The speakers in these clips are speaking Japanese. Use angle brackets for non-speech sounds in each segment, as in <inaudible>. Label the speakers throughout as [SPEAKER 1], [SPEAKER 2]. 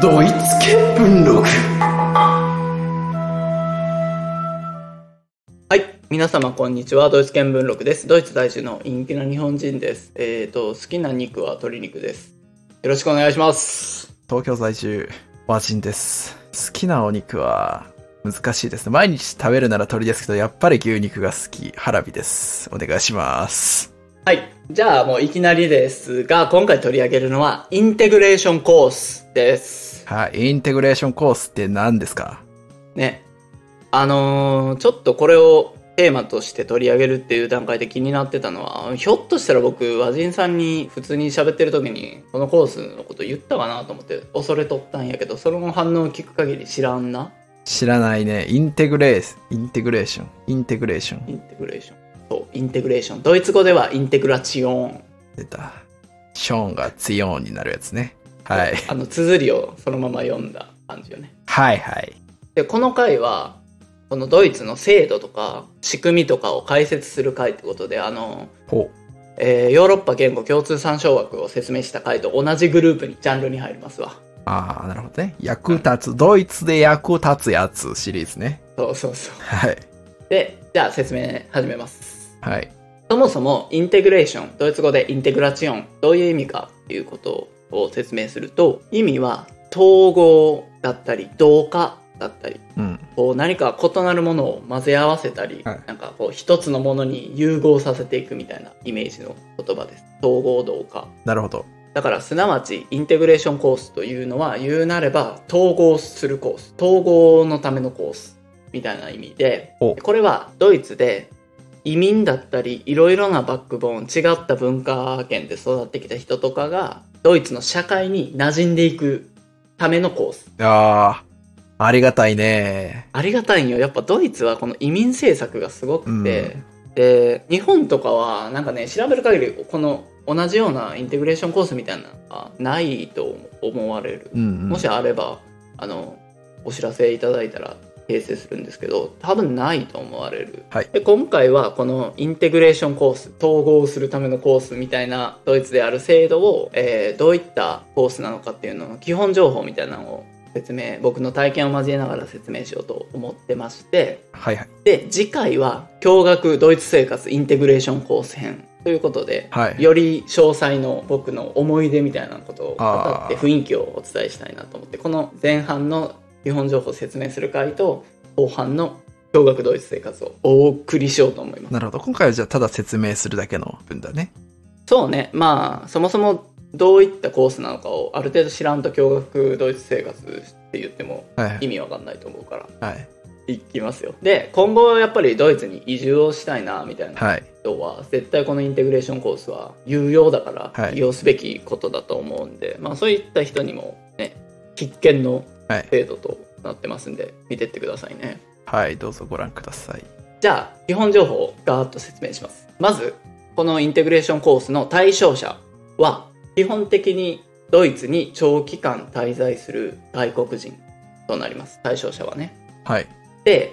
[SPEAKER 1] ドイツ系文録
[SPEAKER 2] はい。皆様、こんにちは。ドイツ見聞録です。ドイツ在住の陰気な日本人です。えっ、と、好きな肉は鶏肉です。よろしくお願いします。
[SPEAKER 1] 東京在住、和人です。好きなお肉は、難しいですね。毎日食べるなら鶏ですけど、やっぱり牛肉が好き。ハラビです。お願いします。
[SPEAKER 2] はい。じゃあ、もういきなりですが、今回取り上げるのは、インテグレーションコースです。
[SPEAKER 1] はい。インテグレーションコースって何ですか
[SPEAKER 2] ね。あのーちょっとこれをテーマとして取り上げるっていう段階で気になってたのは、ひょっとしたら僕、和人さんに普通に喋ってる時に、このコースのこと言ったかなと思って恐れとったんやけど、その反応を聞く限り知らんな。
[SPEAKER 1] 知らないね。インテグレース、インテグレーション、インテグレーション。
[SPEAKER 2] インテグレーション。そう、インテグレーション。ドイツ語ではインテグラチオン。
[SPEAKER 1] 出た。ショーンが強いになるやつね。はい。
[SPEAKER 2] あの、綴りをそのまま読んだ感じよね。
[SPEAKER 1] はいはい。
[SPEAKER 2] で、この回は、このドイツの制度とか仕組みとかを解説する回ってことで、あの、
[SPEAKER 1] ほ
[SPEAKER 2] えーヨーロッパ言語共通参照枠を説明した回と同じグループに、ジャンルに入りますわ。
[SPEAKER 1] う。ああ、なるほどね。役立つ、ドイツで役立つやつシリーズね。
[SPEAKER 2] そうそうそう。
[SPEAKER 1] はい。
[SPEAKER 2] で、じゃあ説明始めます。
[SPEAKER 1] はい。
[SPEAKER 2] そもそもインテグレーション、ドイツ語でインテグラチオン、どういう意味かっていうことを説明すると、意味は統合だったり、同化だったり、
[SPEAKER 1] うん。
[SPEAKER 2] こう何か異なるものを混ぜ合わせたり、
[SPEAKER 1] はい
[SPEAKER 2] なんかこう一つのものに融合させていくみたいなイメージの言葉です。統合同化。
[SPEAKER 1] なるほど。
[SPEAKER 2] だからすなわちインテグレーションコースというのは言うなれば統合するコース統合のためのコースみたいな意味で
[SPEAKER 1] お
[SPEAKER 2] これはドイツで移民だったりいろいろなバックボーン違った文化圏で育ってきた人とかがドイツの社会に馴染んでいくためのコース
[SPEAKER 1] ああ、ありがたいね。
[SPEAKER 2] ありがたいんよやっぱドイツはこの移民政策がすごくて、
[SPEAKER 1] うん
[SPEAKER 2] で日本とかはなんかね調べる限りこの同じようなインテグレーションコースみたいなのがないと思われる
[SPEAKER 1] うん、うん。
[SPEAKER 2] もしあればあのお知らせいただいたら訂正するんですけど多分ないと思われる、
[SPEAKER 1] はい
[SPEAKER 2] で今回はこのインテグレーションコース統合するためのコースみたいなドイツである制度を、えーどういったコースなのかっていうのの基本情報みたいなのを説明僕の体験を交えながら説明しようと思ってまして
[SPEAKER 1] はいはい。
[SPEAKER 2] で次回は「驚学ドイツ生活インテグレーションコース編」ということで、
[SPEAKER 1] はい。
[SPEAKER 2] より詳細の僕の思い出みたいなことを語
[SPEAKER 1] あ
[SPEAKER 2] って
[SPEAKER 1] ー
[SPEAKER 2] 雰囲気をお伝えしたいなと思ってこの前半の基本情報を説明する回と後半の驚学ドイツ生活をお送りしようと思います
[SPEAKER 1] なるほど。今回はじゃあただ説明するだけの分だね。
[SPEAKER 2] そうねまあそもそもどういったコースなのかをある程度知らんと驚学ドイツ生活って言っても
[SPEAKER 1] はいは
[SPEAKER 2] 意
[SPEAKER 1] い。
[SPEAKER 2] 味わかんないと思うから
[SPEAKER 1] はい。
[SPEAKER 2] いきますよで今後やっぱりドイツに移住をしたいなみたいな
[SPEAKER 1] はい。
[SPEAKER 2] 人は絶対このインテグレーションコースは有用だか
[SPEAKER 1] は
[SPEAKER 2] ら
[SPEAKER 1] い
[SPEAKER 2] 利用すべきことだと思うんで、まあそういった人にもね必見の
[SPEAKER 1] はい。
[SPEAKER 2] 制度となってますんで見てってくださいね
[SPEAKER 1] はい。どうぞご覧ください。
[SPEAKER 2] じゃあ基本情報をガーッと説明しますまずこのインテグレーションコースの対象者は基本的にドイツに長期間滞在する外国人となります対象者はね
[SPEAKER 1] はい。
[SPEAKER 2] で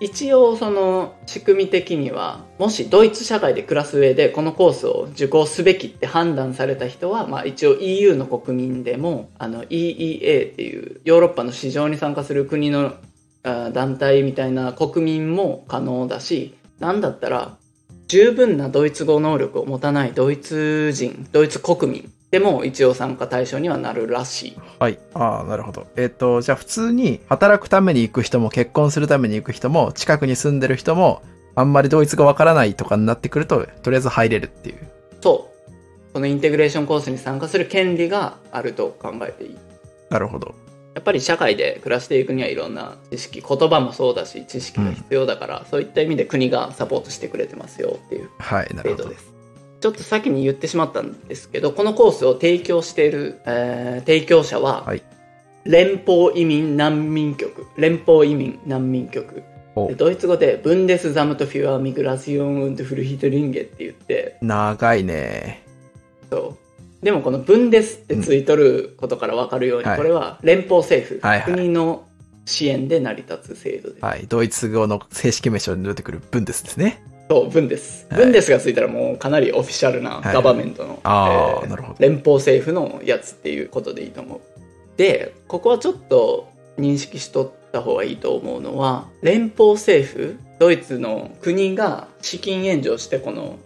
[SPEAKER 2] 一応その仕組み的にはもしドイツ社会で暮らす上でこのコースを受講すべきって判断された人は、まあ、一応 EU の国民でもあの EEA っていうヨーロッパの市場に参加する国のあ団体みたいな国民も可能だしなんだったら十分なドイツ語能力を持たないドイツ人ドイツ国民でも一応参加対象にはなるらしい
[SPEAKER 1] はい。ああ、なるほど。えっ、と、じゃあ普通に働くために行く人も、結婚するために行く人も、近くに住んでる人も、あんまりドイツがわからないとかになってくると、とりあえず入れるっていう。
[SPEAKER 2] そうこのインテグレーションコースに参加する権利があると考えていい
[SPEAKER 1] なるほど。
[SPEAKER 2] やっぱり社会で暮らしていくにはいろんな知識言葉もそうだし知識が必要だから、そういった意味で国がサポートしてくれてますよっていう
[SPEAKER 1] はい。なるほ
[SPEAKER 2] 程度
[SPEAKER 1] ど。
[SPEAKER 2] ですちょっと先に言ってしまったんですけどこのコースを提供している、えー提供者は、
[SPEAKER 1] はい
[SPEAKER 2] 連邦移民難民局連邦移民難民局
[SPEAKER 1] お
[SPEAKER 2] でドイツ語で「ブンデスザムトフィアミグラシオン・ウンド・フルヒトリンゲ」って言って
[SPEAKER 1] 長いね。
[SPEAKER 2] そうでもこの「分です」ってついとることから分かるように、
[SPEAKER 1] はい
[SPEAKER 2] これは連邦政府、
[SPEAKER 1] はいはい
[SPEAKER 2] 国の支援で成り立つ制度です、
[SPEAKER 1] はい。ドイツ語の正式名称に出てくる分ですですね。
[SPEAKER 2] そう分です、
[SPEAKER 1] はい
[SPEAKER 2] 分ですがついたらもうかなりオフィシャルな
[SPEAKER 1] はい
[SPEAKER 2] ガバメントの、
[SPEAKER 1] ああ、
[SPEAKER 2] えー
[SPEAKER 1] なるほど。
[SPEAKER 2] 連邦政府のやつっていうことでいいと思うでここはちょっと認識しとった方がいいと思うのは連邦政府ドイツの国が資金援助をしてこの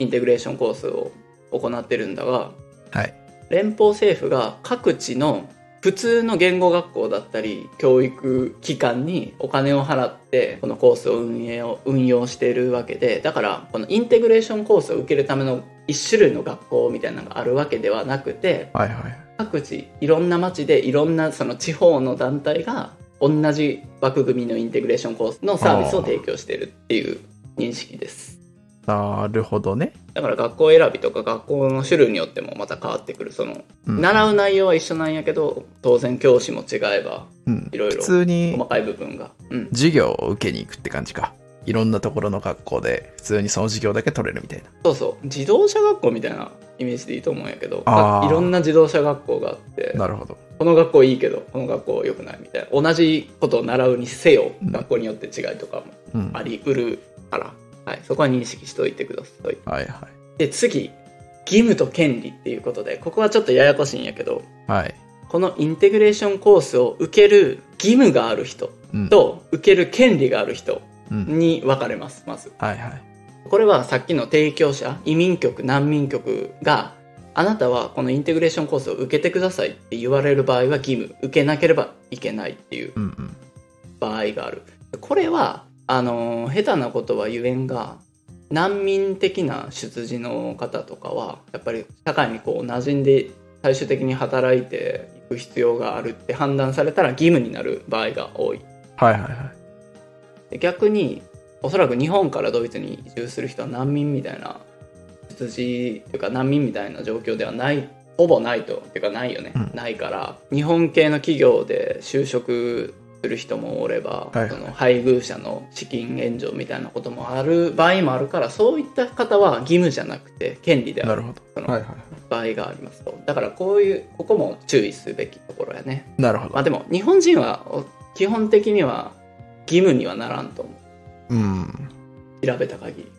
[SPEAKER 2] インテグレーションコースを行ってるんだが
[SPEAKER 1] はい。
[SPEAKER 2] 連邦政府が各地の普通の言語学校だったり教育機関にお金を払ってこのコースを運営を運用しているわけでだからこのインテグレーションコースを受けるための一種類の学校みたいなのがあるわけではなくて
[SPEAKER 1] はいはい。
[SPEAKER 2] 各地いろんな町でいろんなその地方の団体が同じ枠組みのインテグレーションコースのサービスを提供してるっていう認識です
[SPEAKER 1] なるほどね。
[SPEAKER 2] だから学校選びとか学校の種類によってもまた変わってくるその
[SPEAKER 1] うん
[SPEAKER 2] 習う内容は一緒なんやけど当然教師も違えば
[SPEAKER 1] うん
[SPEAKER 2] いろいろ
[SPEAKER 1] 普通に
[SPEAKER 2] 細かい部分が、うん、
[SPEAKER 1] 授業を受けに行くって感じか。いろんなところの学校で、普通にその授業だけ取れるみたいな。
[SPEAKER 2] そうそう自動車学校みたいなイメージでいいと思うんやけど
[SPEAKER 1] あー
[SPEAKER 2] いろんな自動車学校があって
[SPEAKER 1] なるほど。
[SPEAKER 2] この学校いいけどこの学校良くないみたいな同じことを習うにせよ
[SPEAKER 1] うん
[SPEAKER 2] 学校によって違いとかも
[SPEAKER 1] うん。
[SPEAKER 2] あ
[SPEAKER 1] はい
[SPEAKER 2] りうるから、はい、そこは認識しておいてください
[SPEAKER 1] はい。
[SPEAKER 2] で次義務と権利っていうことでここはちょっとややこしいんやけど
[SPEAKER 1] はい。
[SPEAKER 2] このインテグレーションコースを受ける義務がある人
[SPEAKER 1] うん。
[SPEAKER 2] と受ける権利がある人
[SPEAKER 1] うん。
[SPEAKER 2] に分かれますまず
[SPEAKER 1] はいはい。
[SPEAKER 2] これはさっきの提供者移民局難民局があなたはこのインテグレーションコースを受けてくださいって言われる場合は義務受けなければいけないっていう
[SPEAKER 1] うんうん。
[SPEAKER 2] 場合があるこれはあのー下手なことは言えんが難民的な出自の方とかはやっぱり社会にこう馴染んで最終的に働いていく必要があるって判断されたら義務になる場合が多い
[SPEAKER 1] はいはいはい。
[SPEAKER 2] で逆におそらく日本からドイツに移住する人は難民みたいな出自というか難民みたいな状況ではないほぼないとていうかないよね、
[SPEAKER 1] うん
[SPEAKER 2] ないから日本系の企業で就職する人もおれば、
[SPEAKER 1] はい
[SPEAKER 2] その配偶者の資金援助みたいなこともある場合もあるからそういった方は義務じゃなくて権利であ
[SPEAKER 1] な
[SPEAKER 2] る
[SPEAKER 1] るほ
[SPEAKER 2] そ
[SPEAKER 1] ど。
[SPEAKER 2] の
[SPEAKER 1] はいは
[SPEAKER 2] 場合がありますとだからこういうここも注意すべきところやね
[SPEAKER 1] い。なるほ
[SPEAKER 2] まあ
[SPEAKER 1] ど。
[SPEAKER 2] でも日本人はお基本的には義務にはならんと思う
[SPEAKER 1] うん。
[SPEAKER 2] 調べた限り
[SPEAKER 1] じ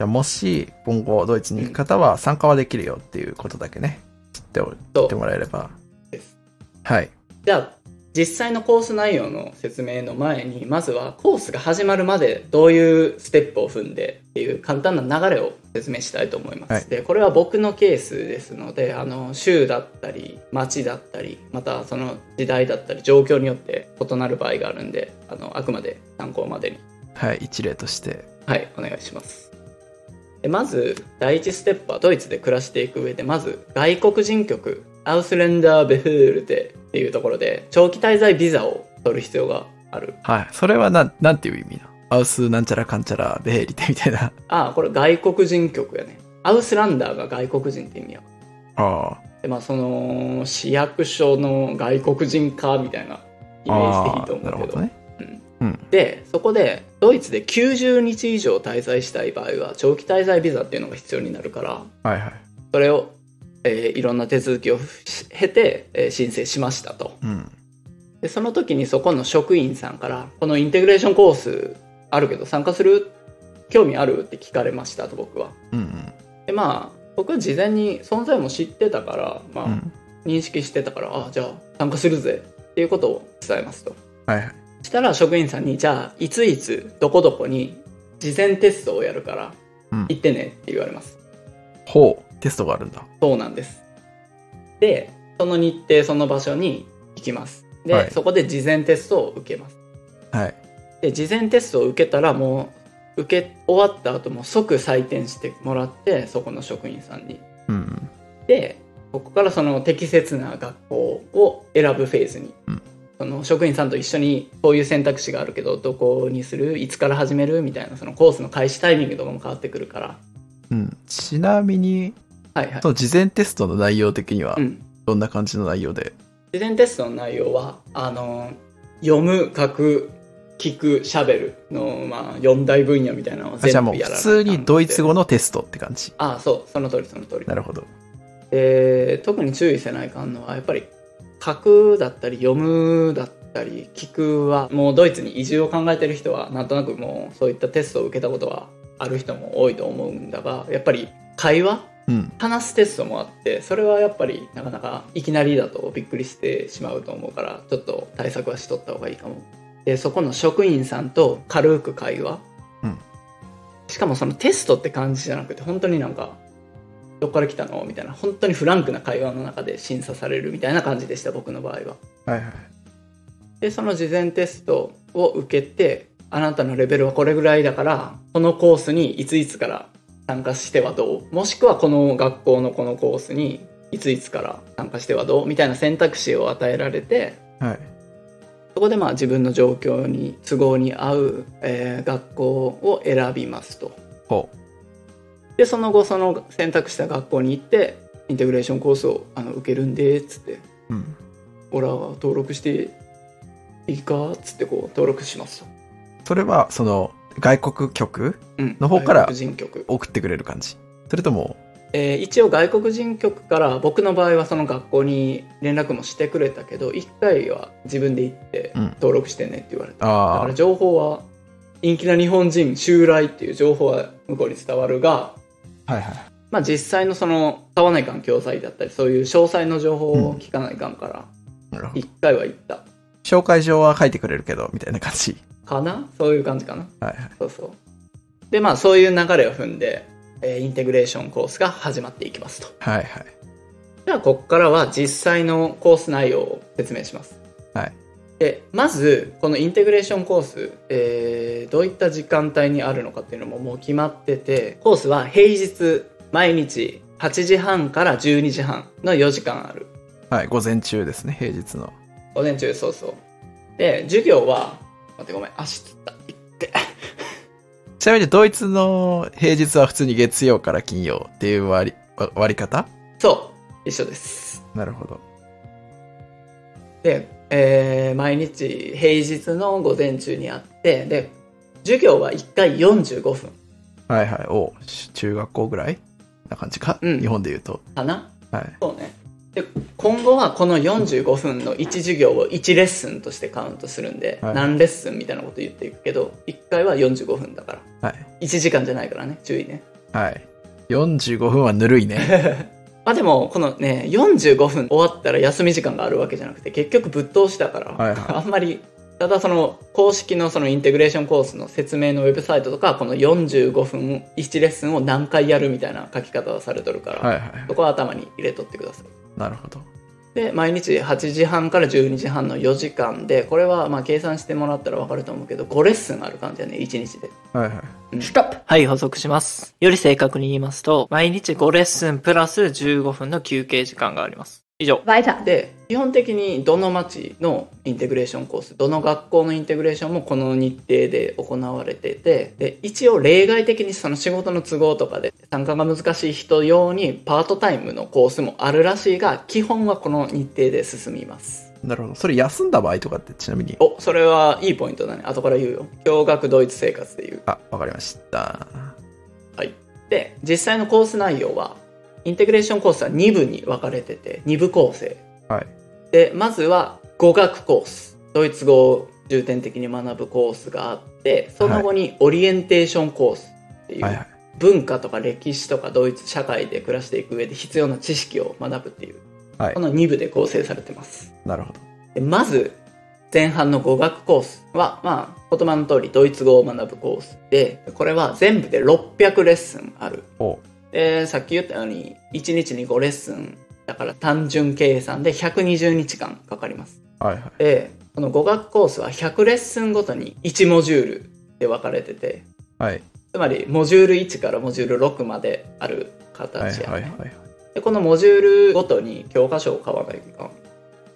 [SPEAKER 1] ゃあもし今後ドイツに行く方は参加はできるよっていうことだけね知っておい
[SPEAKER 2] そ
[SPEAKER 1] て
[SPEAKER 2] う
[SPEAKER 1] もらえれば
[SPEAKER 2] です
[SPEAKER 1] はい
[SPEAKER 2] じゃあ実際のコース内容の説明の前にまずはコースが始まるまでどういうステップを踏んでっていう簡単な流れを説明したいと思います、
[SPEAKER 1] はい
[SPEAKER 2] でこれは僕のケースですのであの州だったり町だったりまたその時代だったり状況によって異なる場合があるんであのあくまで参考までに
[SPEAKER 1] はい一例として
[SPEAKER 2] はい、お願いします。でまず、第一ステップはドイツで暮らしていく上で、まず、外国人局、アウスレンダー・ベフールテっていうところで、長期滞在ビザを取る必要がある。
[SPEAKER 1] はいそれはなんなんていう意味なのアウスなんちゃらかんちゃらベヘリテみたいな
[SPEAKER 2] ああ、これ外国人局やね。アウスランダーが外国人って意味や。
[SPEAKER 1] ああ
[SPEAKER 2] で、まあ、その、市役所の外国人化みたいなイメージでいいと思うけど。
[SPEAKER 1] なるほどね
[SPEAKER 2] でそこでドイツで90日以上滞在したい場合は長期滞在ビザっていうのが必要になるから
[SPEAKER 1] はいはい
[SPEAKER 2] それを、えーいろんな手続きを経て、えー申請しましたと
[SPEAKER 1] うん
[SPEAKER 2] でその時にそこの職員さんから「このインテグレーションコースあるけど参加する興味ある?」って聞かれましたと僕は
[SPEAKER 1] うんうん
[SPEAKER 2] でまあ僕は事前に存在も知ってたから、まあ
[SPEAKER 1] うん
[SPEAKER 2] 認識してたから「あじゃあ参加するぜ」っていうことを伝えますと
[SPEAKER 1] はいはい
[SPEAKER 2] したら職員さんに「じゃあいついつどこどこに事前テストをやるから
[SPEAKER 1] うん
[SPEAKER 2] 行ってね」って言われます
[SPEAKER 1] ほうテストがあるんだ
[SPEAKER 2] そうなんです。で、その日程、その場所に行きます。で、
[SPEAKER 1] はい
[SPEAKER 2] そこで事前テストを受けます。
[SPEAKER 1] はい
[SPEAKER 2] で、事前テストを受けたら、もう、受け終わった後も即採点してもらって、そこの職員さんに。
[SPEAKER 1] うん
[SPEAKER 2] で、ここからその適切な学校を選ぶフェーズに。
[SPEAKER 1] うん
[SPEAKER 2] その職員さんと一緒にこういう選択肢があるけどどこにするいつから始めるみたいなそのコースの開始タイミングとかも変わってくるから
[SPEAKER 1] うんちなみに
[SPEAKER 2] はいはい
[SPEAKER 1] そ、の事前テストの内容的には
[SPEAKER 2] うん、
[SPEAKER 1] どんな感じの内容で
[SPEAKER 2] 事前テストの内容はあの読む書く聞くしゃべるの、まあ、4大分野みたいなのを
[SPEAKER 1] あ
[SPEAKER 2] 全
[SPEAKER 1] じゃあ
[SPEAKER 2] 部
[SPEAKER 1] もう
[SPEAKER 2] やら
[SPEAKER 1] 普
[SPEAKER 2] ない
[SPEAKER 1] 通にドイツ語のテストって感じ
[SPEAKER 2] ああそうその通りその通り
[SPEAKER 1] なるほど
[SPEAKER 2] で特に注意せないかんのはやっぱり書くだったり読むだったり聞くはもうドイツに移住を考えてる人はなんとなくもうそういったテストを受けたことはある人も多いと思うんだがやっぱり会話
[SPEAKER 1] うん。
[SPEAKER 2] 話すテストもあってそれはやっぱりなかなかいきなりだとびっくりしてしまうと思うからちょっと対策はしとった方がいいかもでそこの職員さんと軽く会話、
[SPEAKER 1] うん
[SPEAKER 2] しかもそのテストって感じじゃなくて本当になんか「どっから来たの?」みたいな本当にフランクな会話の中で審査されるみたいな感じでした僕の場合は
[SPEAKER 1] はいはい。
[SPEAKER 2] でその事前テストを受けてあなたのレベルはこれぐらいだからこのコースにいついつから参加してはどうもしくはこの学校のこのコースにいついつから参加してはどうみたいな選択肢を与えられて
[SPEAKER 1] はい。
[SPEAKER 2] そこでまあ自分の状況に都合に合う、えー学校を選びますと。
[SPEAKER 1] ほ
[SPEAKER 2] でその後その選択した学校に行ってインテグレーションコースをあの受けるんでっつって
[SPEAKER 1] う。うん。
[SPEAKER 2] 「オラは登録していいか?」っつってこう登録しますと。
[SPEAKER 1] それは、その、外国局
[SPEAKER 2] うん
[SPEAKER 1] の方から
[SPEAKER 2] 外国人局、
[SPEAKER 1] 送ってくれる感じそれとも、
[SPEAKER 2] えー一応外国人局から僕の場合はその学校に連絡もしてくれたけど一回は自分で行って
[SPEAKER 1] うん
[SPEAKER 2] 登録してねって言われた、だ
[SPEAKER 1] あ
[SPEAKER 2] から
[SPEAKER 1] あ、
[SPEAKER 2] 情報は陰気な日本人襲来っていう情報は向こうに伝わるが
[SPEAKER 1] はいはい。
[SPEAKER 2] まあ実際のその買わないかん教材だったりそういう詳細の情報を聞かないかんから
[SPEAKER 1] なるほど。
[SPEAKER 2] 一回は行った
[SPEAKER 1] 紹介状は書いてくれるけど、みたいな感じ。
[SPEAKER 2] かなそういう感じかな
[SPEAKER 1] はいはい。
[SPEAKER 2] そうそうでまあそういう流れを踏んで、えーインテグレーションコースが始まっていきますと
[SPEAKER 1] はいはい。
[SPEAKER 2] じゃあここからは実際のコース内容を説明します。
[SPEAKER 1] はい
[SPEAKER 2] でまずこのインテグレーションコース、えーどういった時間帯にあるのかっていうのももう決まっててコースは平日毎日8時半から12時半の4時間ある
[SPEAKER 1] はい、午前中ですね、平日の。
[SPEAKER 2] 午前中そうそうで授業は待ってごめん足つった
[SPEAKER 1] ちなみにドイツの平日は普通に月曜から金曜っていう割りわ割り方
[SPEAKER 2] そう一緒です
[SPEAKER 1] なるほど。
[SPEAKER 2] で、えー毎日平日の午前中にあってで授業は1回45分
[SPEAKER 1] はいはい。おし中学校ぐらいな感じか、
[SPEAKER 2] うん
[SPEAKER 1] 日本で言うと。
[SPEAKER 2] かな
[SPEAKER 1] はい。
[SPEAKER 2] そうね。で、今後はこの45分の1授業を1レッスンとしてカウントするんで、
[SPEAKER 1] はい
[SPEAKER 2] 何レッスンみたいなこと言っていくけど、1回は45分だから。
[SPEAKER 1] はい。
[SPEAKER 2] 1時間じゃないからね、注意ね。
[SPEAKER 1] はい。45分はぬるい
[SPEAKER 2] <laughs>
[SPEAKER 1] ね。
[SPEAKER 2] まあでも、このね、45分終わったら休み時間があるわけじゃなくて、結局ぶっ通しだから、
[SPEAKER 1] はいはい
[SPEAKER 2] あんまり、ただその公式のそのインテグレーションコースの説明のウェブサイトとかはこの45分1レッスンを何回やるみたいな書き方はされとるから、
[SPEAKER 1] はいはい
[SPEAKER 2] そ。こは頭に入れとってください。
[SPEAKER 1] なるほど。
[SPEAKER 2] で毎日8時半から12時半の4時間でこれはまあ計算してもらったら分かると思うけど5レッスンある感じだね1日で、
[SPEAKER 1] はいはい。
[SPEAKER 3] ストップはい、補足します。より正確に言いますと、毎日5レッスンプラス15分の休憩時間があります。以上。
[SPEAKER 4] Weiter.
[SPEAKER 2] で基本的にどの町のインテグレーションコースどの学校のインテグレーションもこの日程で行われててで一応例外的にその仕事の都合とかで参加が難しい人用にパートタイムのコースもあるらしいが基本はこの日程で進みます
[SPEAKER 1] なるほど。それ休んだ場合とかってちなみに。
[SPEAKER 2] おそれはいいポイントだね後から言うよ驚愕ドイツ生活で言う
[SPEAKER 1] あ、わかりました。
[SPEAKER 2] で実際のコース内容はインテグレーションコースは2部に分かれてて2部構成、
[SPEAKER 1] はい
[SPEAKER 2] でまずは語学コースドイツ語を重点的に学ぶコースがあってその後にオリエンテーションコースっていう、
[SPEAKER 1] はいはい。
[SPEAKER 2] 文化とか歴史とかドイツ社会で暮らしていく上で必要な知識を学ぶっていう、
[SPEAKER 1] はい
[SPEAKER 2] この2部で構成されてます
[SPEAKER 1] なるほど。
[SPEAKER 2] でまず前半の語学コースは、まあ、言葉の通りドイツ語を学ぶコースでこれは全部で600レッスンある
[SPEAKER 1] お
[SPEAKER 2] でさっき言ったように1日に5レッスンだから単純計算で120日間かかります
[SPEAKER 1] はいはい。
[SPEAKER 2] でこの語学コースは100レッスンごとに1モジュールで分かれてて
[SPEAKER 1] はい。
[SPEAKER 2] つまりモジュール1からモジュール6まである
[SPEAKER 1] はい
[SPEAKER 2] 形やね、
[SPEAKER 1] はいはい。
[SPEAKER 2] でこのモジュールごとに教科書を買わないか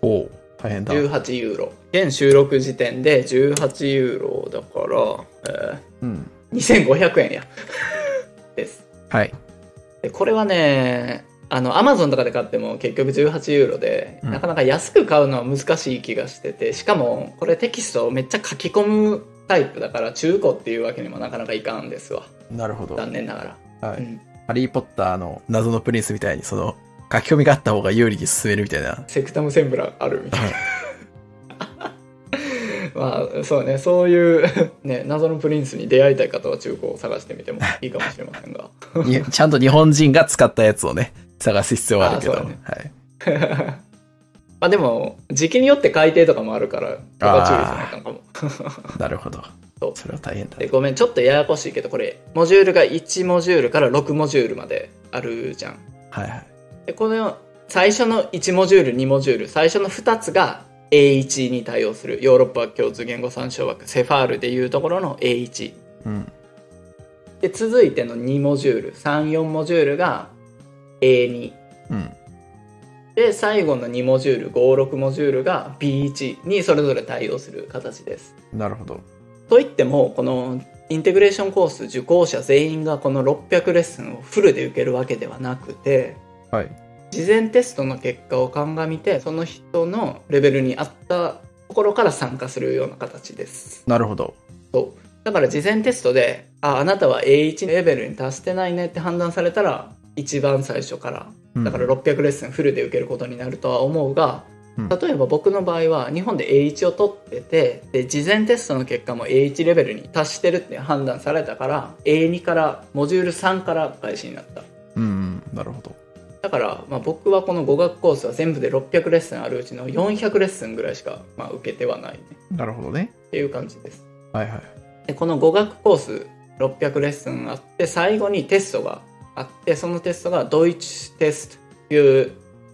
[SPEAKER 1] おう大変だ。
[SPEAKER 2] 18ユーロ現収録時点で18ユーロだから、え
[SPEAKER 1] うん。
[SPEAKER 2] ー、2500円や <laughs> です
[SPEAKER 1] はい。
[SPEAKER 2] でこれはねあのアマゾンとかで買っても結局18ユーロで、
[SPEAKER 1] うん
[SPEAKER 2] なかなか安く買うのは難しい気がしててしかもこれテキストをめっちゃ書き込むタイプだから中古っていうわけにもなかなかいかんですわ
[SPEAKER 1] なるほど。
[SPEAKER 2] 残念ながら
[SPEAKER 1] は
[SPEAKER 2] う
[SPEAKER 1] い
[SPEAKER 2] ん。
[SPEAKER 1] ハリー・ポッターの謎のプリンスみたいに、その、書き込みがあった方が有利に進めるみたいな。
[SPEAKER 2] セクタムセンブラあるみたいなま <laughs> まあそうねそういう <laughs> ね謎のプリンスに出会いたい方は中古を探してみてもいいかもしれませんが
[SPEAKER 1] <laughs> にちゃんと日本人が使ったやつをね、 <laughs> 探す必要はあるけど。
[SPEAKER 2] あそうだね
[SPEAKER 1] はい。
[SPEAKER 2] まあでも時期によって改定とかもあるからここは注意しないかんかも
[SPEAKER 1] なるほど。
[SPEAKER 2] そう
[SPEAKER 1] それは大変だ
[SPEAKER 2] で。ごめんちょっとややこしいけどこれモジュールが1モジュールから6モジュールまであるじゃん
[SPEAKER 1] はいはい。
[SPEAKER 2] でこの最初の1モジュール2モジュール最初の2つが A1 に対応するヨーロッパ共通言語参照枠セファールでいうところの A1
[SPEAKER 1] うん。
[SPEAKER 2] で続いての2モジュール34モジュールが A2
[SPEAKER 1] うん。
[SPEAKER 2] で最後の2モジュール56モジュールが B1 にそれぞれ対応する形です
[SPEAKER 1] なるほど。
[SPEAKER 2] といってもこのインテグレーションコース受講者全員がこの600レッスンをフルで受けるわけではなくて
[SPEAKER 1] はい。
[SPEAKER 2] 事前テストの結果を鑑みてその人のレベルに合ったところから参加するような形です
[SPEAKER 1] なるほど。
[SPEAKER 2] そうだから事前テストでああなたは A1 レベルに達してないねって判断されたら一番最初から
[SPEAKER 1] うん
[SPEAKER 2] だから600レッスンフルで受けることになるとは思うが、
[SPEAKER 1] うん
[SPEAKER 2] 例えば僕の場合は日本で A1 を取っててで事前テストの結果も A1 レベルに達してるって判断されたから A2 からモジュール3から開始になった
[SPEAKER 1] うんうん。なるほど。
[SPEAKER 2] だから、まあ、僕はこの語学コースは全部で600レッスンあるうちの400レッスンぐらいしか、まあ、受けてはない、ね、
[SPEAKER 1] なるほどね。
[SPEAKER 2] っていう感じです
[SPEAKER 1] はいはい。
[SPEAKER 2] でこの語学コース600レッスンあって最後にテストがあってそのテストがドイツテストという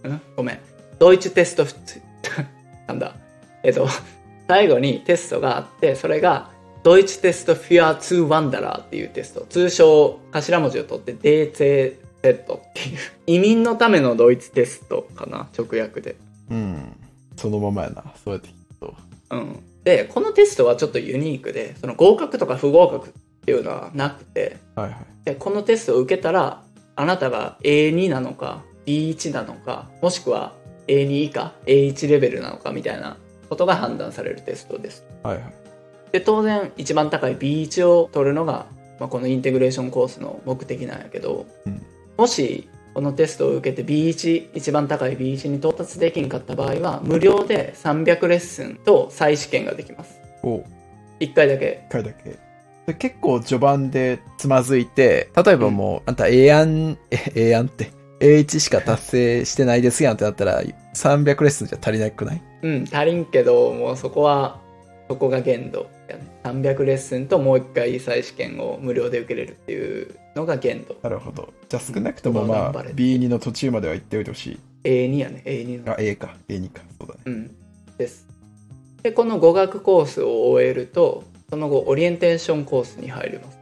[SPEAKER 2] んごめんドイツテストなんだえっと最後にテストがあってそれがドイツテストフィアツーワンダラーっていうテスト通称頭文字を取って DCZ っていう移民のためのドイツテストかな直訳で
[SPEAKER 1] うん。そのままやな。そうやって聞くと。
[SPEAKER 2] うん、でこのテストはちょっとユニークでその合格とか不合格っていうのはなくて
[SPEAKER 1] はいはい。
[SPEAKER 2] でこのテストを受けたらあなたが A2 なのか B1 なのかもしくは A2 以下 A1 レベルなのかみたいなことが判断されるテストです。
[SPEAKER 1] はいはい。
[SPEAKER 2] で当然一番高い B1 を取るのが、まあ、このインテグレーションコースの目的なんやけど、
[SPEAKER 1] うん
[SPEAKER 2] もしこのテストを受けて B1 一番高い B1 に到達できんかった場合は無料で300レッスンと再試験ができます
[SPEAKER 1] お
[SPEAKER 2] 1回だけ
[SPEAKER 1] 一回だけ。で結構序盤でつまずいて、例えばもう、あんた A 案、 <laughs> え A 案って、A1 しか達成してないですやんってなったら、300レッスンじゃ足りなくない
[SPEAKER 2] うん足りんけどもうそこはそこが限度やね300レッスンともう1回再試験を無料で受けれるっていうのが限度
[SPEAKER 1] なるほど。じゃあ少なくともまあ、
[SPEAKER 2] 頑張れ
[SPEAKER 1] B2 の途中までは行っておいてほしい。
[SPEAKER 2] A2 やね A2 の
[SPEAKER 1] あ、A か。A2 か。そうだね。
[SPEAKER 2] うん、です。でこの語学コースを終えるとその後オリエンテーションコースに入ります。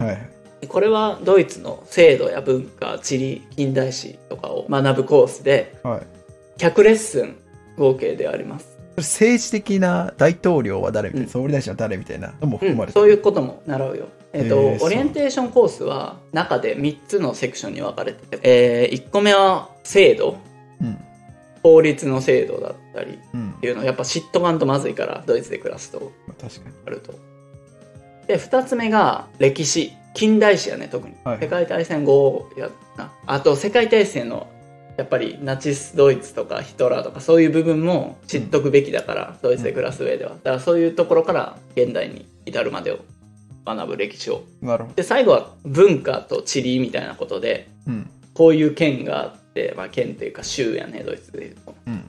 [SPEAKER 1] はいはい。
[SPEAKER 2] でこれはドイツの制度や文化地理近代史とかを学ぶコースで
[SPEAKER 1] はい。
[SPEAKER 2] 100レッスン合計であります、
[SPEAKER 1] 政治的な大統領は誰みたいな、
[SPEAKER 2] うん
[SPEAKER 1] 総理大臣は誰みたいなのも
[SPEAKER 2] う
[SPEAKER 1] 含まれて
[SPEAKER 2] ん、
[SPEAKER 1] る、
[SPEAKER 2] そういうことも習うよ。えっと
[SPEAKER 1] へーそう
[SPEAKER 2] オリエンテーションコースは中で3つのセクションに分かれてて、え1個目は制度
[SPEAKER 1] うん。
[SPEAKER 2] 法律の制度だったりっ
[SPEAKER 1] うん。
[SPEAKER 2] ていうのやっぱ知っとかんとまずいからドイツで暮らすと。
[SPEAKER 1] まあ確かに。
[SPEAKER 2] あると。で2つ目が歴史近代史やね特に、
[SPEAKER 1] はい
[SPEAKER 2] 世界大戦後やなあと世界大戦のやっぱりナチスドイツとかヒトラーとかそういう部分も知っとくべきだから、ドイツで暮らす上ではだからそういうところから現代に至るまでを学ぶ歴史を
[SPEAKER 1] なるほど。
[SPEAKER 2] で最後は文化と地理みたいなことで
[SPEAKER 1] うん。
[SPEAKER 2] こういう県があって、まあ、県というか州やねドイツでいうと
[SPEAKER 1] うんうん。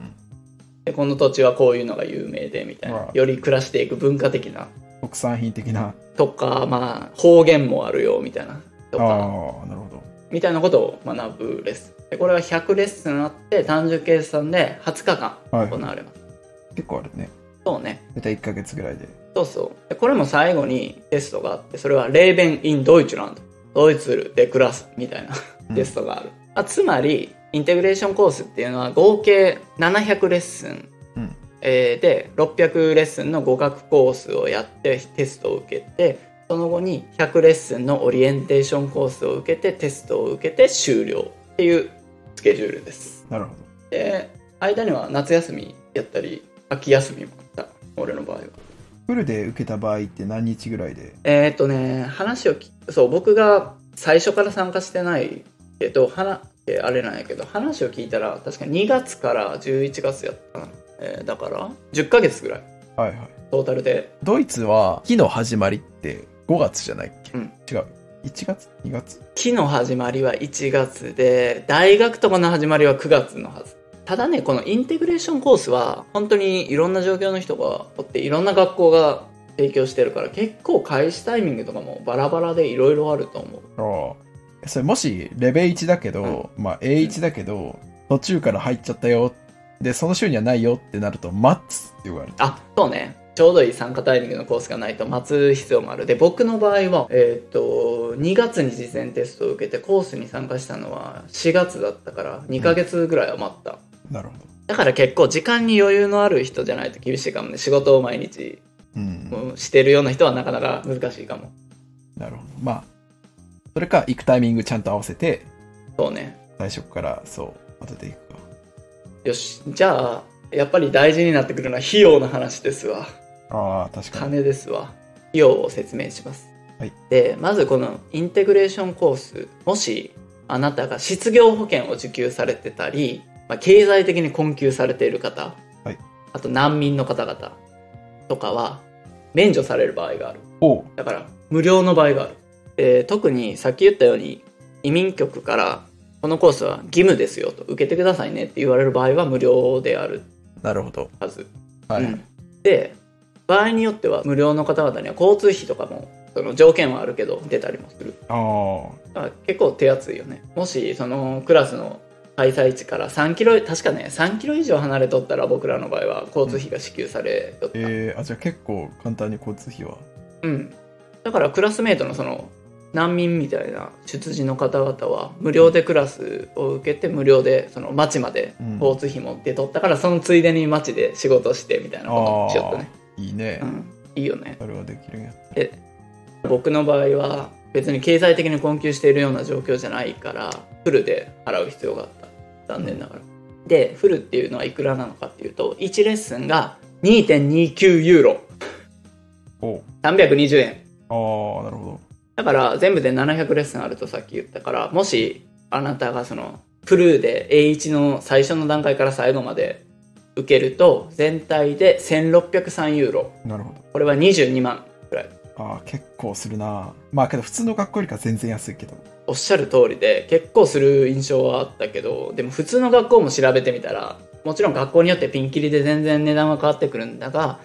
[SPEAKER 2] でこの土地はこういうのが有名でみたいな
[SPEAKER 1] はい
[SPEAKER 2] より暮らしていく文化的な
[SPEAKER 1] 特産品的な。
[SPEAKER 2] とか、まあ、方言もあるよみたいなと
[SPEAKER 1] ああ
[SPEAKER 2] か
[SPEAKER 1] ー、なるほど。
[SPEAKER 2] みたいなことを学ぶレッスンでこれは100レッスンあって単純計算で20日間
[SPEAKER 1] はい
[SPEAKER 2] 行われます、
[SPEAKER 1] 結構あるね。
[SPEAKER 2] そうね
[SPEAKER 1] 大体1ヶ月ぐらいで。
[SPEAKER 2] そうそうでこれも最後にテストがあってそれは「レーベン・イン・ドイツランド」ドイツで暮らすみたいな
[SPEAKER 1] うん
[SPEAKER 2] テストがある、あつまりインテグレーションコースっていうのは合計700レッスン
[SPEAKER 1] うん。
[SPEAKER 2] えーで600レッスンの語学コースをやってテストを受けてその後に100レッスンのオリエンテーションコースを受けてテストを受けて終了っていうスケジュールです
[SPEAKER 1] なるほど。
[SPEAKER 2] で間には夏休みやったり秋休みもあった俺の場合は
[SPEAKER 1] フルで受けた場合って何日ぐらいで
[SPEAKER 2] えーっとね話を聞くそう僕が最初から参加してないけどはなえーあれなんやけど話を聞いたら確か2月から11月やったな、えーだから10ヶ月ぐらい
[SPEAKER 1] あはいはい。
[SPEAKER 2] トータルで
[SPEAKER 1] ドイツは、木の始まりって5月じゃないっけ、
[SPEAKER 2] うん
[SPEAKER 1] 違う。1月 ?2 月
[SPEAKER 2] 木の始まりは1月で大学とかの始まりは9月のはずただねこのインテグレーションコースは本当にいろんな状況の人がおっていろんな学校が提供してるから結構開始タイミングとかもバラバラでいろいろあると思う
[SPEAKER 1] ああ。それもし、レベル1だけど、まあ A1 だけど、途中から入っちゃったよ。で、その週にはないよってなると、待つって言われる。
[SPEAKER 2] あそうねちょうどいい参加タイミングのコースがないと待つ必要もあるで僕の場合はえーっ、と2月に事前テストを受けてコースに参加したのは4月だったから2ヶ月ぐらいは待った、
[SPEAKER 1] なるほど。
[SPEAKER 2] だから結構時間に余裕のある人じゃないと厳しいかもね仕事を毎日
[SPEAKER 1] うん。
[SPEAKER 2] もうしてるような人はなかなか難しいかも
[SPEAKER 1] なるほど。まあ、それか、行くタイミングちゃんと合わせて、
[SPEAKER 2] そうね
[SPEAKER 1] 最初から、そう、当てていくか。
[SPEAKER 2] よしじゃあやっぱり大事になってくるのは費用の話ですわ
[SPEAKER 1] ああ、確かに。
[SPEAKER 2] 金ですわ費用を説明します、
[SPEAKER 1] はい
[SPEAKER 2] でまずこのインテグレーションコースもしあなたが失業保険を受給されてたり、まあ、経済的に困窮されている方、
[SPEAKER 1] はい
[SPEAKER 2] あと難民の方々とかは免除される場合がある
[SPEAKER 1] おう
[SPEAKER 2] だから無料の場合がある、えー特にさっき言ったように移民局からこのコースは義務ですよと受けてくださいねって言われる場合は無料である
[SPEAKER 1] なるほど。
[SPEAKER 2] はず、
[SPEAKER 1] はい。
[SPEAKER 2] うんで場合によっては無料の方々には交通費とかもその条件はあるけど出たりもする
[SPEAKER 1] ああ、
[SPEAKER 2] だから結構手厚いよねもしそのクラスの開催地から3キロ確かね3キロ以上離れとったら僕らの場合は交通費が支給されとった、
[SPEAKER 1] えー、あじゃあ結構簡単に交通費は
[SPEAKER 2] うん、だからクラスメートのその難民みたいな出自の方々は無料でクラスを受けて無料でその町まで
[SPEAKER 1] うん
[SPEAKER 2] 交通費も出とったからそのついでに町で仕事してみたいなことをしよったね、
[SPEAKER 1] いいね、
[SPEAKER 2] うん、いいよね
[SPEAKER 1] それはできるんやった
[SPEAKER 2] で僕の場合は別に経済的に困窮しているような状況じゃないからフルで払う必要があった残念ながら、でフルっていうのはいくらなのかっていうと1レッスンが2.29ユーロ
[SPEAKER 1] お
[SPEAKER 2] 320円
[SPEAKER 1] ああなるほ
[SPEAKER 2] だから全部で700レッスンあるとさっき言ったからもしあなたがそのフルで A1 の最初の段階から最後まで受けると全体で1603ユーロ
[SPEAKER 1] どなるほど
[SPEAKER 2] これは22万くらい
[SPEAKER 1] ああ結構するなまあけど普通の学校よりか全然安いけど
[SPEAKER 2] おっしゃる通りで結構する印象はあったけどでも普通の学校も調べてみたらもちろん学校によってピンキリで全然値段は変わってくるんだが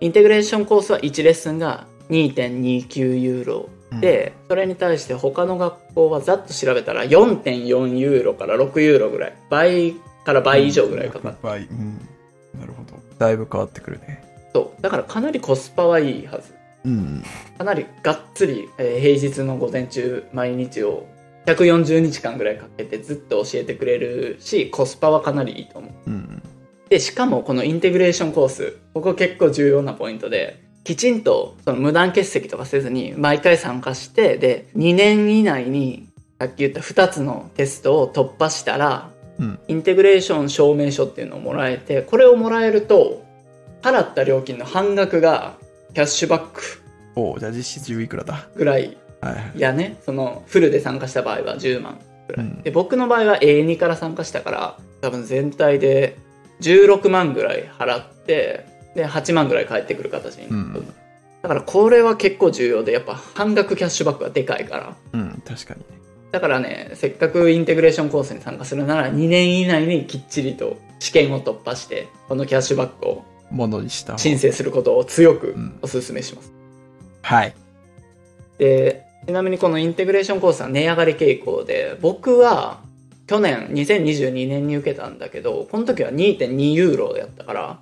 [SPEAKER 2] インテグレーションコースは1レッスンが2.29ユーロ
[SPEAKER 1] うん
[SPEAKER 2] で、それに対して他の学校はざっと調べたら4.4ユーロから6ユーロぐらい倍から倍以上ぐらいかかる、
[SPEAKER 1] 倍うんなるほどだいぶ変わってくるね
[SPEAKER 2] そうだからかなりコスパはいいはず
[SPEAKER 1] うん
[SPEAKER 2] かなりがっつり、えー平日の午前中毎日を140日間ぐらいかけてずっと教えてくれるしコスパはかなりいいと思
[SPEAKER 1] う
[SPEAKER 2] う
[SPEAKER 1] ん
[SPEAKER 2] でしかもこのインテグレーションコースここ結構重要なポイントできちんとその無断欠席とかせずに毎回参加してで2年以内にさっき言った2つのテストを突破したら、
[SPEAKER 1] うん
[SPEAKER 2] インテグレーション証明書っていうのをもらえてこれをもらえると払った料金の半額がキャッシュバック
[SPEAKER 1] おうじゃあ実質10いくらだ
[SPEAKER 2] ぐらい
[SPEAKER 1] はいはい
[SPEAKER 2] やねそのフルで参加した場合は10万ぐらい、
[SPEAKER 1] うん
[SPEAKER 2] で僕の場合は A2 から参加したから多分全体で16万ぐらい払ってで8万ぐらい返ってくる形に、
[SPEAKER 1] うん
[SPEAKER 2] だからこれは結構重要でやっぱ半額キャッシュバックはでかいから
[SPEAKER 1] うん確かにね
[SPEAKER 2] だからねせっかくインテグレーションコースに参加するなら2年以内にきっちりと試験を突破してこのキャッシュバックを
[SPEAKER 1] ものにした
[SPEAKER 2] 申請することを強く
[SPEAKER 1] うん
[SPEAKER 2] お勧めします
[SPEAKER 1] はい
[SPEAKER 2] でちなみにこのインテグレーションコースは値上がり傾向で僕は去年2022年に受けたんだけどこの時は2.2ユーロやったから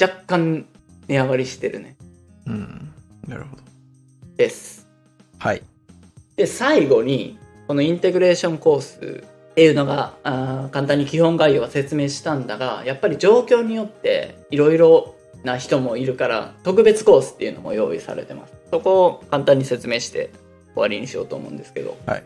[SPEAKER 2] 若干値上がりしてるね
[SPEAKER 1] うんなるほど
[SPEAKER 2] です
[SPEAKER 1] はい
[SPEAKER 2] で最後にこのインテグレーションコースっていうのがあー簡単に基本概要は説明したんだがやっぱり状況によっていろいろな人もいるから特別コースっていうのも用意されてますそこを簡単に説明して終わりにしようと思うんですけど、
[SPEAKER 1] はい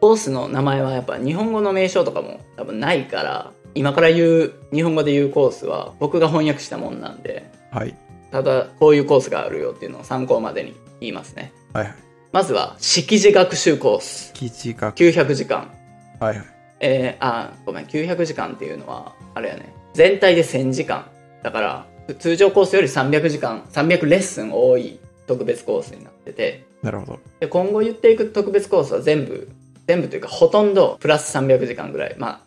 [SPEAKER 2] コースの名前はやっぱ日本語の名称とかも多分ないから今から言う日本語で言うコースは僕が翻訳したもんなんで
[SPEAKER 1] はい
[SPEAKER 2] ただこういうコースがあるよっていうのを参考までに言いますね
[SPEAKER 1] はいはい
[SPEAKER 2] まずは識字学習コース
[SPEAKER 1] 基地学
[SPEAKER 2] 900時間
[SPEAKER 1] はいはい
[SPEAKER 2] えー、あごめん900時間っていうのはあれやね全体で1000時間だから通常コースより300時間、300レッスン多い特別コースになってて、
[SPEAKER 1] なるほど。
[SPEAKER 2] で今後言っていく特別コースは全部全部というかほとんどプラス300時間ぐらいまあ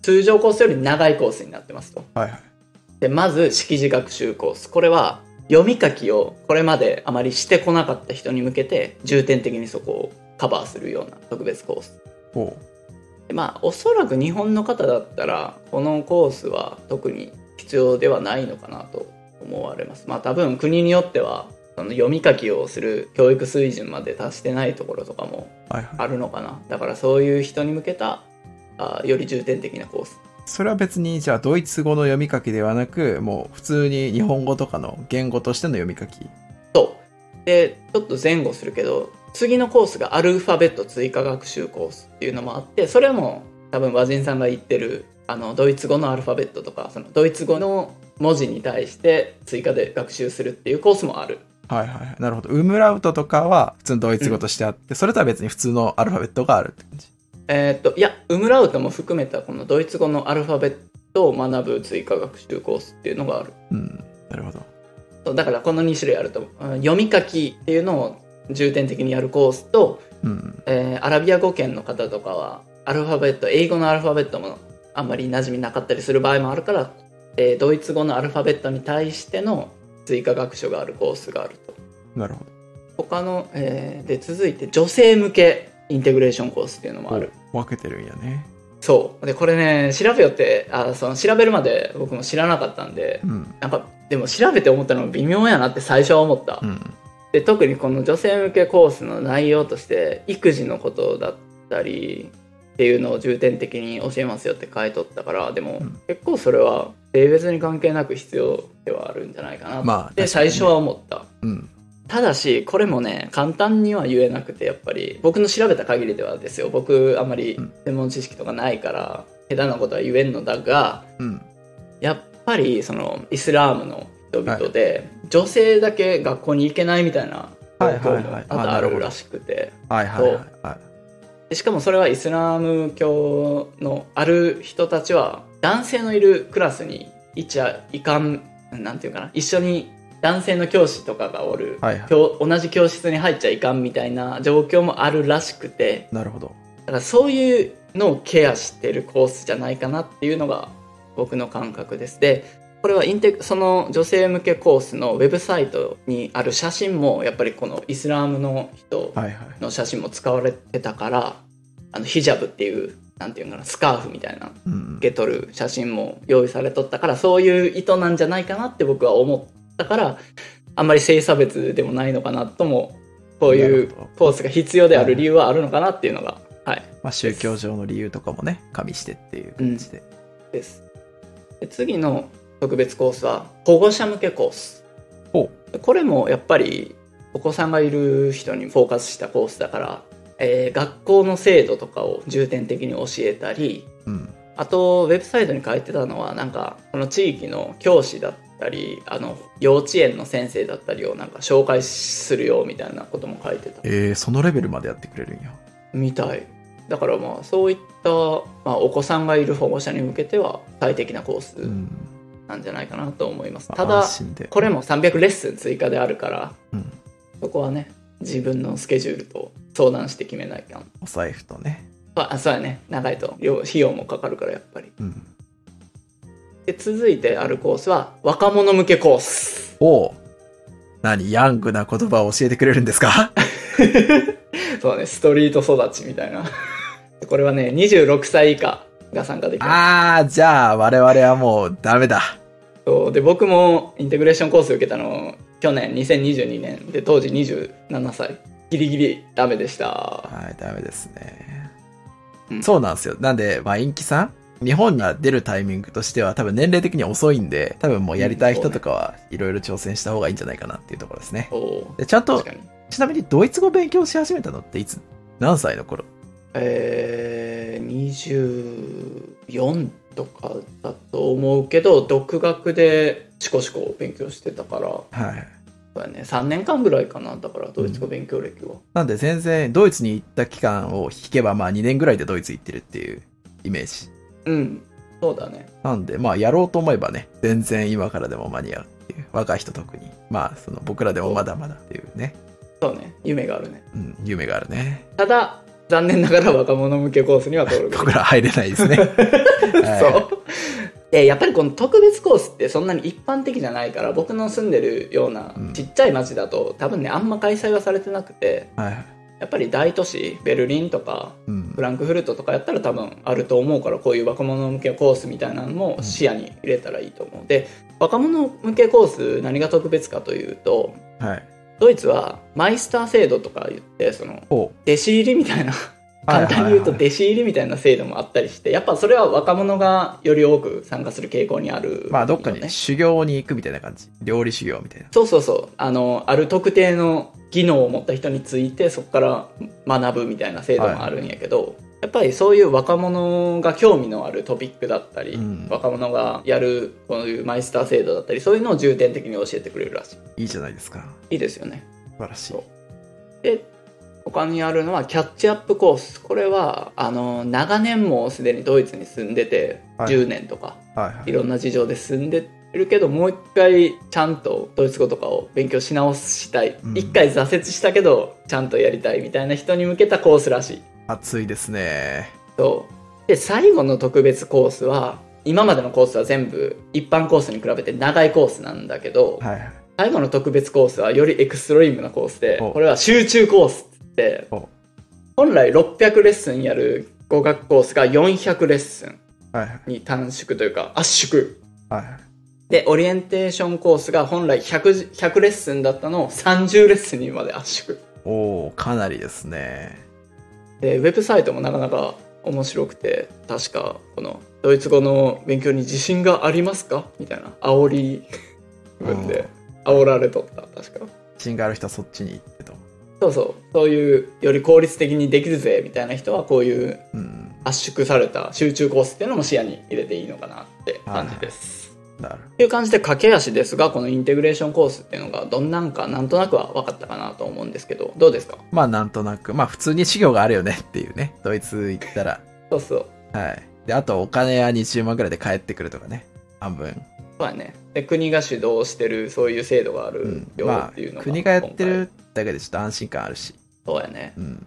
[SPEAKER 2] 通常コースより長いコースになってますと
[SPEAKER 1] はいはい。
[SPEAKER 2] でまず識字学習コースこれは読み書きをこれまであまりしてこなかった人に向けて重点的にそこをカバーするような特別コース
[SPEAKER 1] ほ
[SPEAKER 2] でまあおそらく日本の方だったらこのコースは特に必要ではないのかなと思われますまあ多分国によってはその読み書きをする教育水準まで達してないところとかも
[SPEAKER 1] う。はいはい。
[SPEAKER 2] あるのかなだからそういう人に向けたあより重点的なコース
[SPEAKER 1] それは別に、じゃあ、ドイツ語の読み書きではなく、もう普通に日本語とかの言語としての読み書き。
[SPEAKER 2] とでちょっと前後するけど次のコースがアルファベット追加学習コースっていうのもあってそれも多分和人さんが言ってるあのドイツ語のアルファベットとかそのドイツ語の文字に対して追加で学習するっていうコースもある
[SPEAKER 1] はいはいはい。なるほど。ウムラウトとかは普通のドイツ語としてあって、それとは別に普通のアルファベットがあるって感じ。
[SPEAKER 2] えーっといやウムラウトも含めたこのドイツ語のアルファベットを学ぶ追加学習コースっていうのがある
[SPEAKER 1] うん。なるほど。
[SPEAKER 2] そうだからこの2種類あると思ううん読み書きっていうのを重点的にやるコースと、
[SPEAKER 1] うん。
[SPEAKER 2] えーアラビア語圏の方とかはアルファベット英語のアルファベットもあんまり馴染みなかったりする場合もあるから、えードイツ語のアルファベットに対しての追加学習があるコースがあると
[SPEAKER 1] なるほど。
[SPEAKER 2] 他の、えーで続いて女性向けインテグレーションコースっていうのもある
[SPEAKER 1] 分けてるんやね。
[SPEAKER 2] そうでこれね調べよってあその調べるまで僕も知らなかったんで、
[SPEAKER 1] うん。
[SPEAKER 2] なんかでも調べて思ったのも微妙やなって最初は思った、
[SPEAKER 1] うん。
[SPEAKER 2] で特にこの女性向けコースの内容として育児のことだったりっていうのを重点的に教えますよって書いとったからでも
[SPEAKER 1] うん
[SPEAKER 2] 結構それは性別に関係なく必要ではあるんじゃないかなって、
[SPEAKER 1] まあ確かにね
[SPEAKER 2] 最初は思った
[SPEAKER 1] うん。
[SPEAKER 2] ただしこれもね簡単には言えなくてやっぱり僕の調べた限りではですよ僕あんまり
[SPEAKER 1] うん
[SPEAKER 2] 専門知識とかないから下手なことは言えんのだが
[SPEAKER 1] うん。
[SPEAKER 2] やっぱりそのイスラームの人々で、女性だけ学校に行けないみたいな
[SPEAKER 1] はい
[SPEAKER 2] こ
[SPEAKER 1] は
[SPEAKER 2] と
[SPEAKER 1] い
[SPEAKER 2] も
[SPEAKER 1] はい
[SPEAKER 2] 多々あるらしくて
[SPEAKER 1] はいはいはいはい。
[SPEAKER 2] でしかもそれはイスラーム教のある人たちは男性のいるクラスにいちゃいかんなんていうかな一緒に男性の教師とかがおる、
[SPEAKER 1] はいはい
[SPEAKER 2] 教同じ教室に入っちゃいかんみたいな状況もあるらしくて
[SPEAKER 1] なるほど。
[SPEAKER 2] だからそういうのをケアしてるコースじゃないかなっていうのが僕の感覚です。でこれはインテその女性向けコースのウェブサイトにある写真もやっぱりこのイスラムの人
[SPEAKER 1] はいはい。
[SPEAKER 2] の写真も使われてたから、あのヒジャブっていうなんていうのかなスカーフみたいなの
[SPEAKER 1] うん。
[SPEAKER 2] 受け取る写真も用意されとったからそういう意図なんじゃないかなって僕は思ったからあんまり性差別でもないのかなともこうい
[SPEAKER 1] なる
[SPEAKER 2] う
[SPEAKER 1] ほど
[SPEAKER 2] コースが必要である理由はあるのかなっていうのがはい
[SPEAKER 1] まあ宗教上の理由とかもね、加味してっていう感じで。
[SPEAKER 2] ですで次の特別コースは保護者向けコース
[SPEAKER 1] ほ
[SPEAKER 2] これもやっぱりお子さんがいる人にフォーカスしたコースだから、えー学校の制度とかを重点的に教えたり
[SPEAKER 1] う。うん。
[SPEAKER 2] あとウェブサイトに書いてたのはなんかその地域の教師だったりあの幼稚園の先生だったりをなんか紹介するよみたいなことも書いてた
[SPEAKER 1] えー、そのレベルまでやってくれるんや。
[SPEAKER 2] みたいだからまあそういった、まあ、お子さんがいる保護者に向けては最適なコース
[SPEAKER 1] うん。
[SPEAKER 2] なんじゃないかなと思います、
[SPEAKER 1] まあ
[SPEAKER 2] ただ
[SPEAKER 1] 安心で
[SPEAKER 2] これも300レッスン追加であるから
[SPEAKER 1] うん。
[SPEAKER 2] そこはね自分のスケジュールと相談して決めないかん
[SPEAKER 1] お財布とね。
[SPEAKER 2] ああそうやね長いとよ費用もかかるからやっぱり
[SPEAKER 1] うん。
[SPEAKER 2] で続いてあるコースは若者向けコース
[SPEAKER 1] おう何ヤングな言葉を教えてくれるんですか <laughs>
[SPEAKER 2] そうねストリート育ちみたいな <laughs> これはね26歳以下が参加できます
[SPEAKER 1] ああ、じゃあ我々はもうダメだ。
[SPEAKER 2] そうで僕もインテグレーションコース受けたの去年2022年で当時27歳ギリギリダメでした
[SPEAKER 1] はい、ダメですね。
[SPEAKER 2] うん
[SPEAKER 1] そうなんですよ。なんで、まあ、陰気さん日本が出るタイミングとしては多分年齢的に遅いんで、多分もうやりたい人とかはいろいろ挑戦した方がいいんじゃないかなっていうところですね。
[SPEAKER 2] そう
[SPEAKER 1] でちゃんと
[SPEAKER 2] 確か、に
[SPEAKER 1] ちなみにドイツ語勉強し始めたのっていつ何歳の頃
[SPEAKER 2] えー、24とかだと思うけど独学でシコシコ勉強してたからそ
[SPEAKER 1] はい。
[SPEAKER 2] うだ、ね、3年間ぐらいかなだからドイツ語勉強歴は、
[SPEAKER 1] なんで全然ドイツに行った期間を引けばまあ2年ぐらいでドイツ行ってるっていうイメージ。
[SPEAKER 2] うんそうだね
[SPEAKER 1] なんでまあやろうと思えばね、全然今からでも間に合うっていう若い人特に。まあ、その僕らでもまだまだっていうね、
[SPEAKER 2] そうね夢があるね
[SPEAKER 1] うん、夢があるね。
[SPEAKER 2] ただ残念ながら若者向けコースには登録 <laughs>
[SPEAKER 1] 僕ら入れないですね。は
[SPEAKER 2] そう。で、やっぱりこの特別コースってそんなに一般的じゃないから、僕の住んでるような
[SPEAKER 1] うん
[SPEAKER 2] ちっちゃい町だと、多分ね、あんま開催はされてなくて、
[SPEAKER 1] い。はい。
[SPEAKER 2] やっぱり大都市、ベルリンとか、
[SPEAKER 1] うん
[SPEAKER 2] フ。ランクフルトとかやったら多分あると思うから、こういう若者向けコースみたいなのも視野に入れたらいいと思う。で、若者向けコース何が特別かというと、
[SPEAKER 1] はい。
[SPEAKER 2] ドイツはマイスター制度とか言って、その、
[SPEAKER 1] ほ
[SPEAKER 2] 弟子入りみたいな
[SPEAKER 1] う。
[SPEAKER 2] 簡単に言うと
[SPEAKER 1] はいはいはい
[SPEAKER 2] 弟子入りみたいな制度もあったりしてやっぱそれは若者がより多く参加する傾向にある、
[SPEAKER 1] まあ、どっか
[SPEAKER 2] よね
[SPEAKER 1] に修行に行くみたいな感じ。料理修行みたいな。
[SPEAKER 2] そうそうそうあのある特定の技能を持った人についてそこから学ぶみたいな制度もあるんやけど、やっぱりそういう若者が興味のあるトピックだったり、
[SPEAKER 1] うん
[SPEAKER 2] 若者がやるこういうマイスター制度だったりそういうのを重点的に教えてくれるらしい
[SPEAKER 1] いいじゃないですか。
[SPEAKER 2] いいですよね
[SPEAKER 1] 素晴らしい。
[SPEAKER 2] そうで他にあるのはキャッチアップコースこれはあの長年もうすでにドイツに住んでて、
[SPEAKER 1] はい
[SPEAKER 2] 10年とか
[SPEAKER 1] はいはい
[SPEAKER 2] い。ろんな事情で住んでるけどもう一回ちゃんとドイツ語とかを勉強し直したい
[SPEAKER 1] うん
[SPEAKER 2] 一、回挫折したけどちゃんとやりたいみたいな人に向けたコースらしい
[SPEAKER 1] 暑いですね。
[SPEAKER 2] そうで最後の特別コースは今までのコースは全部一般コースに比べて長いコースなんだけど、
[SPEAKER 1] はいはい。
[SPEAKER 2] 最後の特別コースはよりエクストリームなコースで
[SPEAKER 1] お
[SPEAKER 2] これは集中コースって
[SPEAKER 1] お
[SPEAKER 2] 本来600レッスンやる語学コースが400レッスン
[SPEAKER 1] はいはい。
[SPEAKER 2] に短縮というか圧縮
[SPEAKER 1] はいはい。
[SPEAKER 2] で、オリエンテーションコースが本来 100, 100レッスンだったのを30レッスンにまで圧縮。
[SPEAKER 1] おー、かなりですね。
[SPEAKER 2] で、ウェブサイトもなかなか面白くて、確か、この、ドイツ語の勉強に自信がありますかみたいな、煽り文で、煽られとった、確か。
[SPEAKER 1] 自信がある人はそっちに行ってと。
[SPEAKER 2] そうそう、そういう、より効率的にできるぜ、みたいな人は、こういう
[SPEAKER 1] うん。
[SPEAKER 2] 圧縮された集中コースっていうのも視野に入れていいのかなって感じです。
[SPEAKER 1] なる。
[SPEAKER 2] という感じで駆け足ですがこのインテグレーションコースっていうのがどんなんかなんとなくは分かったかなと思うんですけどどうですか
[SPEAKER 1] まあ、なんとなく。まあ、普通に修行があるよねっていうね。ドイツ行ったら。
[SPEAKER 2] そうそう
[SPEAKER 1] はい。で、あとお金は20万くらいで帰ってくるとかね。半分。
[SPEAKER 2] そうやねで国が主導してるそういう制度があ
[SPEAKER 1] う
[SPEAKER 2] る
[SPEAKER 1] ん。
[SPEAKER 2] よっ
[SPEAKER 1] ま
[SPEAKER 2] ていうのが、
[SPEAKER 1] あ、国がやってるだけでちょっと安心感あるし。
[SPEAKER 2] 今回そうやね
[SPEAKER 1] うん。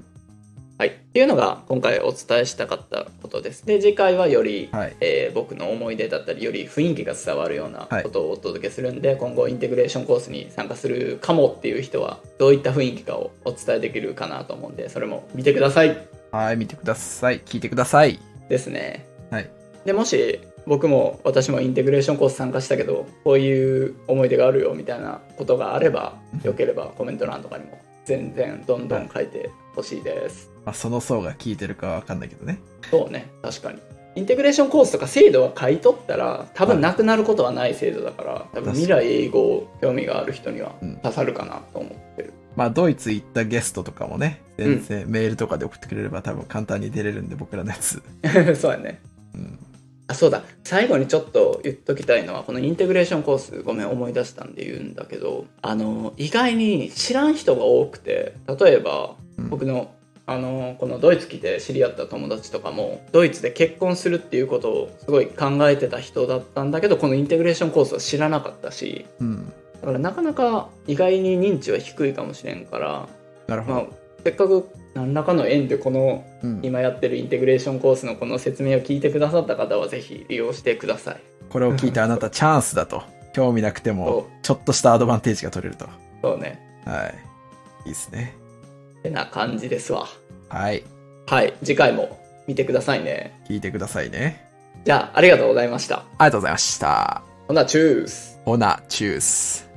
[SPEAKER 2] はいっていうのが今回お伝えしたかったことですで次回はより、
[SPEAKER 1] はい。
[SPEAKER 2] えー僕の思い出だったりより雰囲気が伝わるような
[SPEAKER 1] はい
[SPEAKER 2] ことをお届けするんで、今後インテグレーションコースに参加するかもっていう人はどういった雰囲気かをお伝えできるかなと思うんでそれも見てください
[SPEAKER 1] はい、見てください。聞いてください。
[SPEAKER 2] ですね
[SPEAKER 1] はい
[SPEAKER 2] でもし僕も私もインテグレーションコース参加したけどこういう思い出があるよみたいなことがあればよければコメント欄とかにも全然どんどん書いてほしいです、
[SPEAKER 1] まあ、その層が聞いてるかわかんないけどね。
[SPEAKER 2] そうね確かにインテグレーションコースとか制度は買い取ったら多分なくなることはない制度だから多分未来英語興味がある人には
[SPEAKER 1] うん
[SPEAKER 2] 刺さるかなと思ってる、
[SPEAKER 1] まあ、ドイツ行ったゲストとかもね、全然メールとかで送ってくれれば多分簡単に出れるんで、僕らのやつ。
[SPEAKER 2] <laughs> そうやね
[SPEAKER 1] うん。
[SPEAKER 2] あそうだ最後にちょっと言っときたいのはこのインテグレーションコースごめん思い出したんで言うんだけどあの意外に知らん人が多くて例えば
[SPEAKER 1] うん
[SPEAKER 2] 僕のあのこのドイツ来て知り合った友達とかもドイツで結婚するっていうことをすごい考えてた人だったんだけどこのインテグレーションコースは知らなかったし
[SPEAKER 1] うん。
[SPEAKER 2] だからなかなか意外に認知は低いかもしれんから、
[SPEAKER 1] なるほど。
[SPEAKER 2] まあ、せっかく何らかの縁でこの
[SPEAKER 1] うん、
[SPEAKER 2] 今やってるインテグレーションコースのこの説明を聞いてくださった方はぜひ利用してください
[SPEAKER 1] これを聞いたあなたチャンスだと。興味なくても、ちょっとしたアドバンテージが取れると。
[SPEAKER 2] そうね
[SPEAKER 1] はい。いいですね。
[SPEAKER 2] てな感じですわ
[SPEAKER 1] はい。
[SPEAKER 2] はい次回も見てくださいね
[SPEAKER 1] 聞いてくださいね。
[SPEAKER 2] じゃあありがとうございました
[SPEAKER 1] ありがとうございました。
[SPEAKER 2] ほなチュース
[SPEAKER 1] ほな、チュース。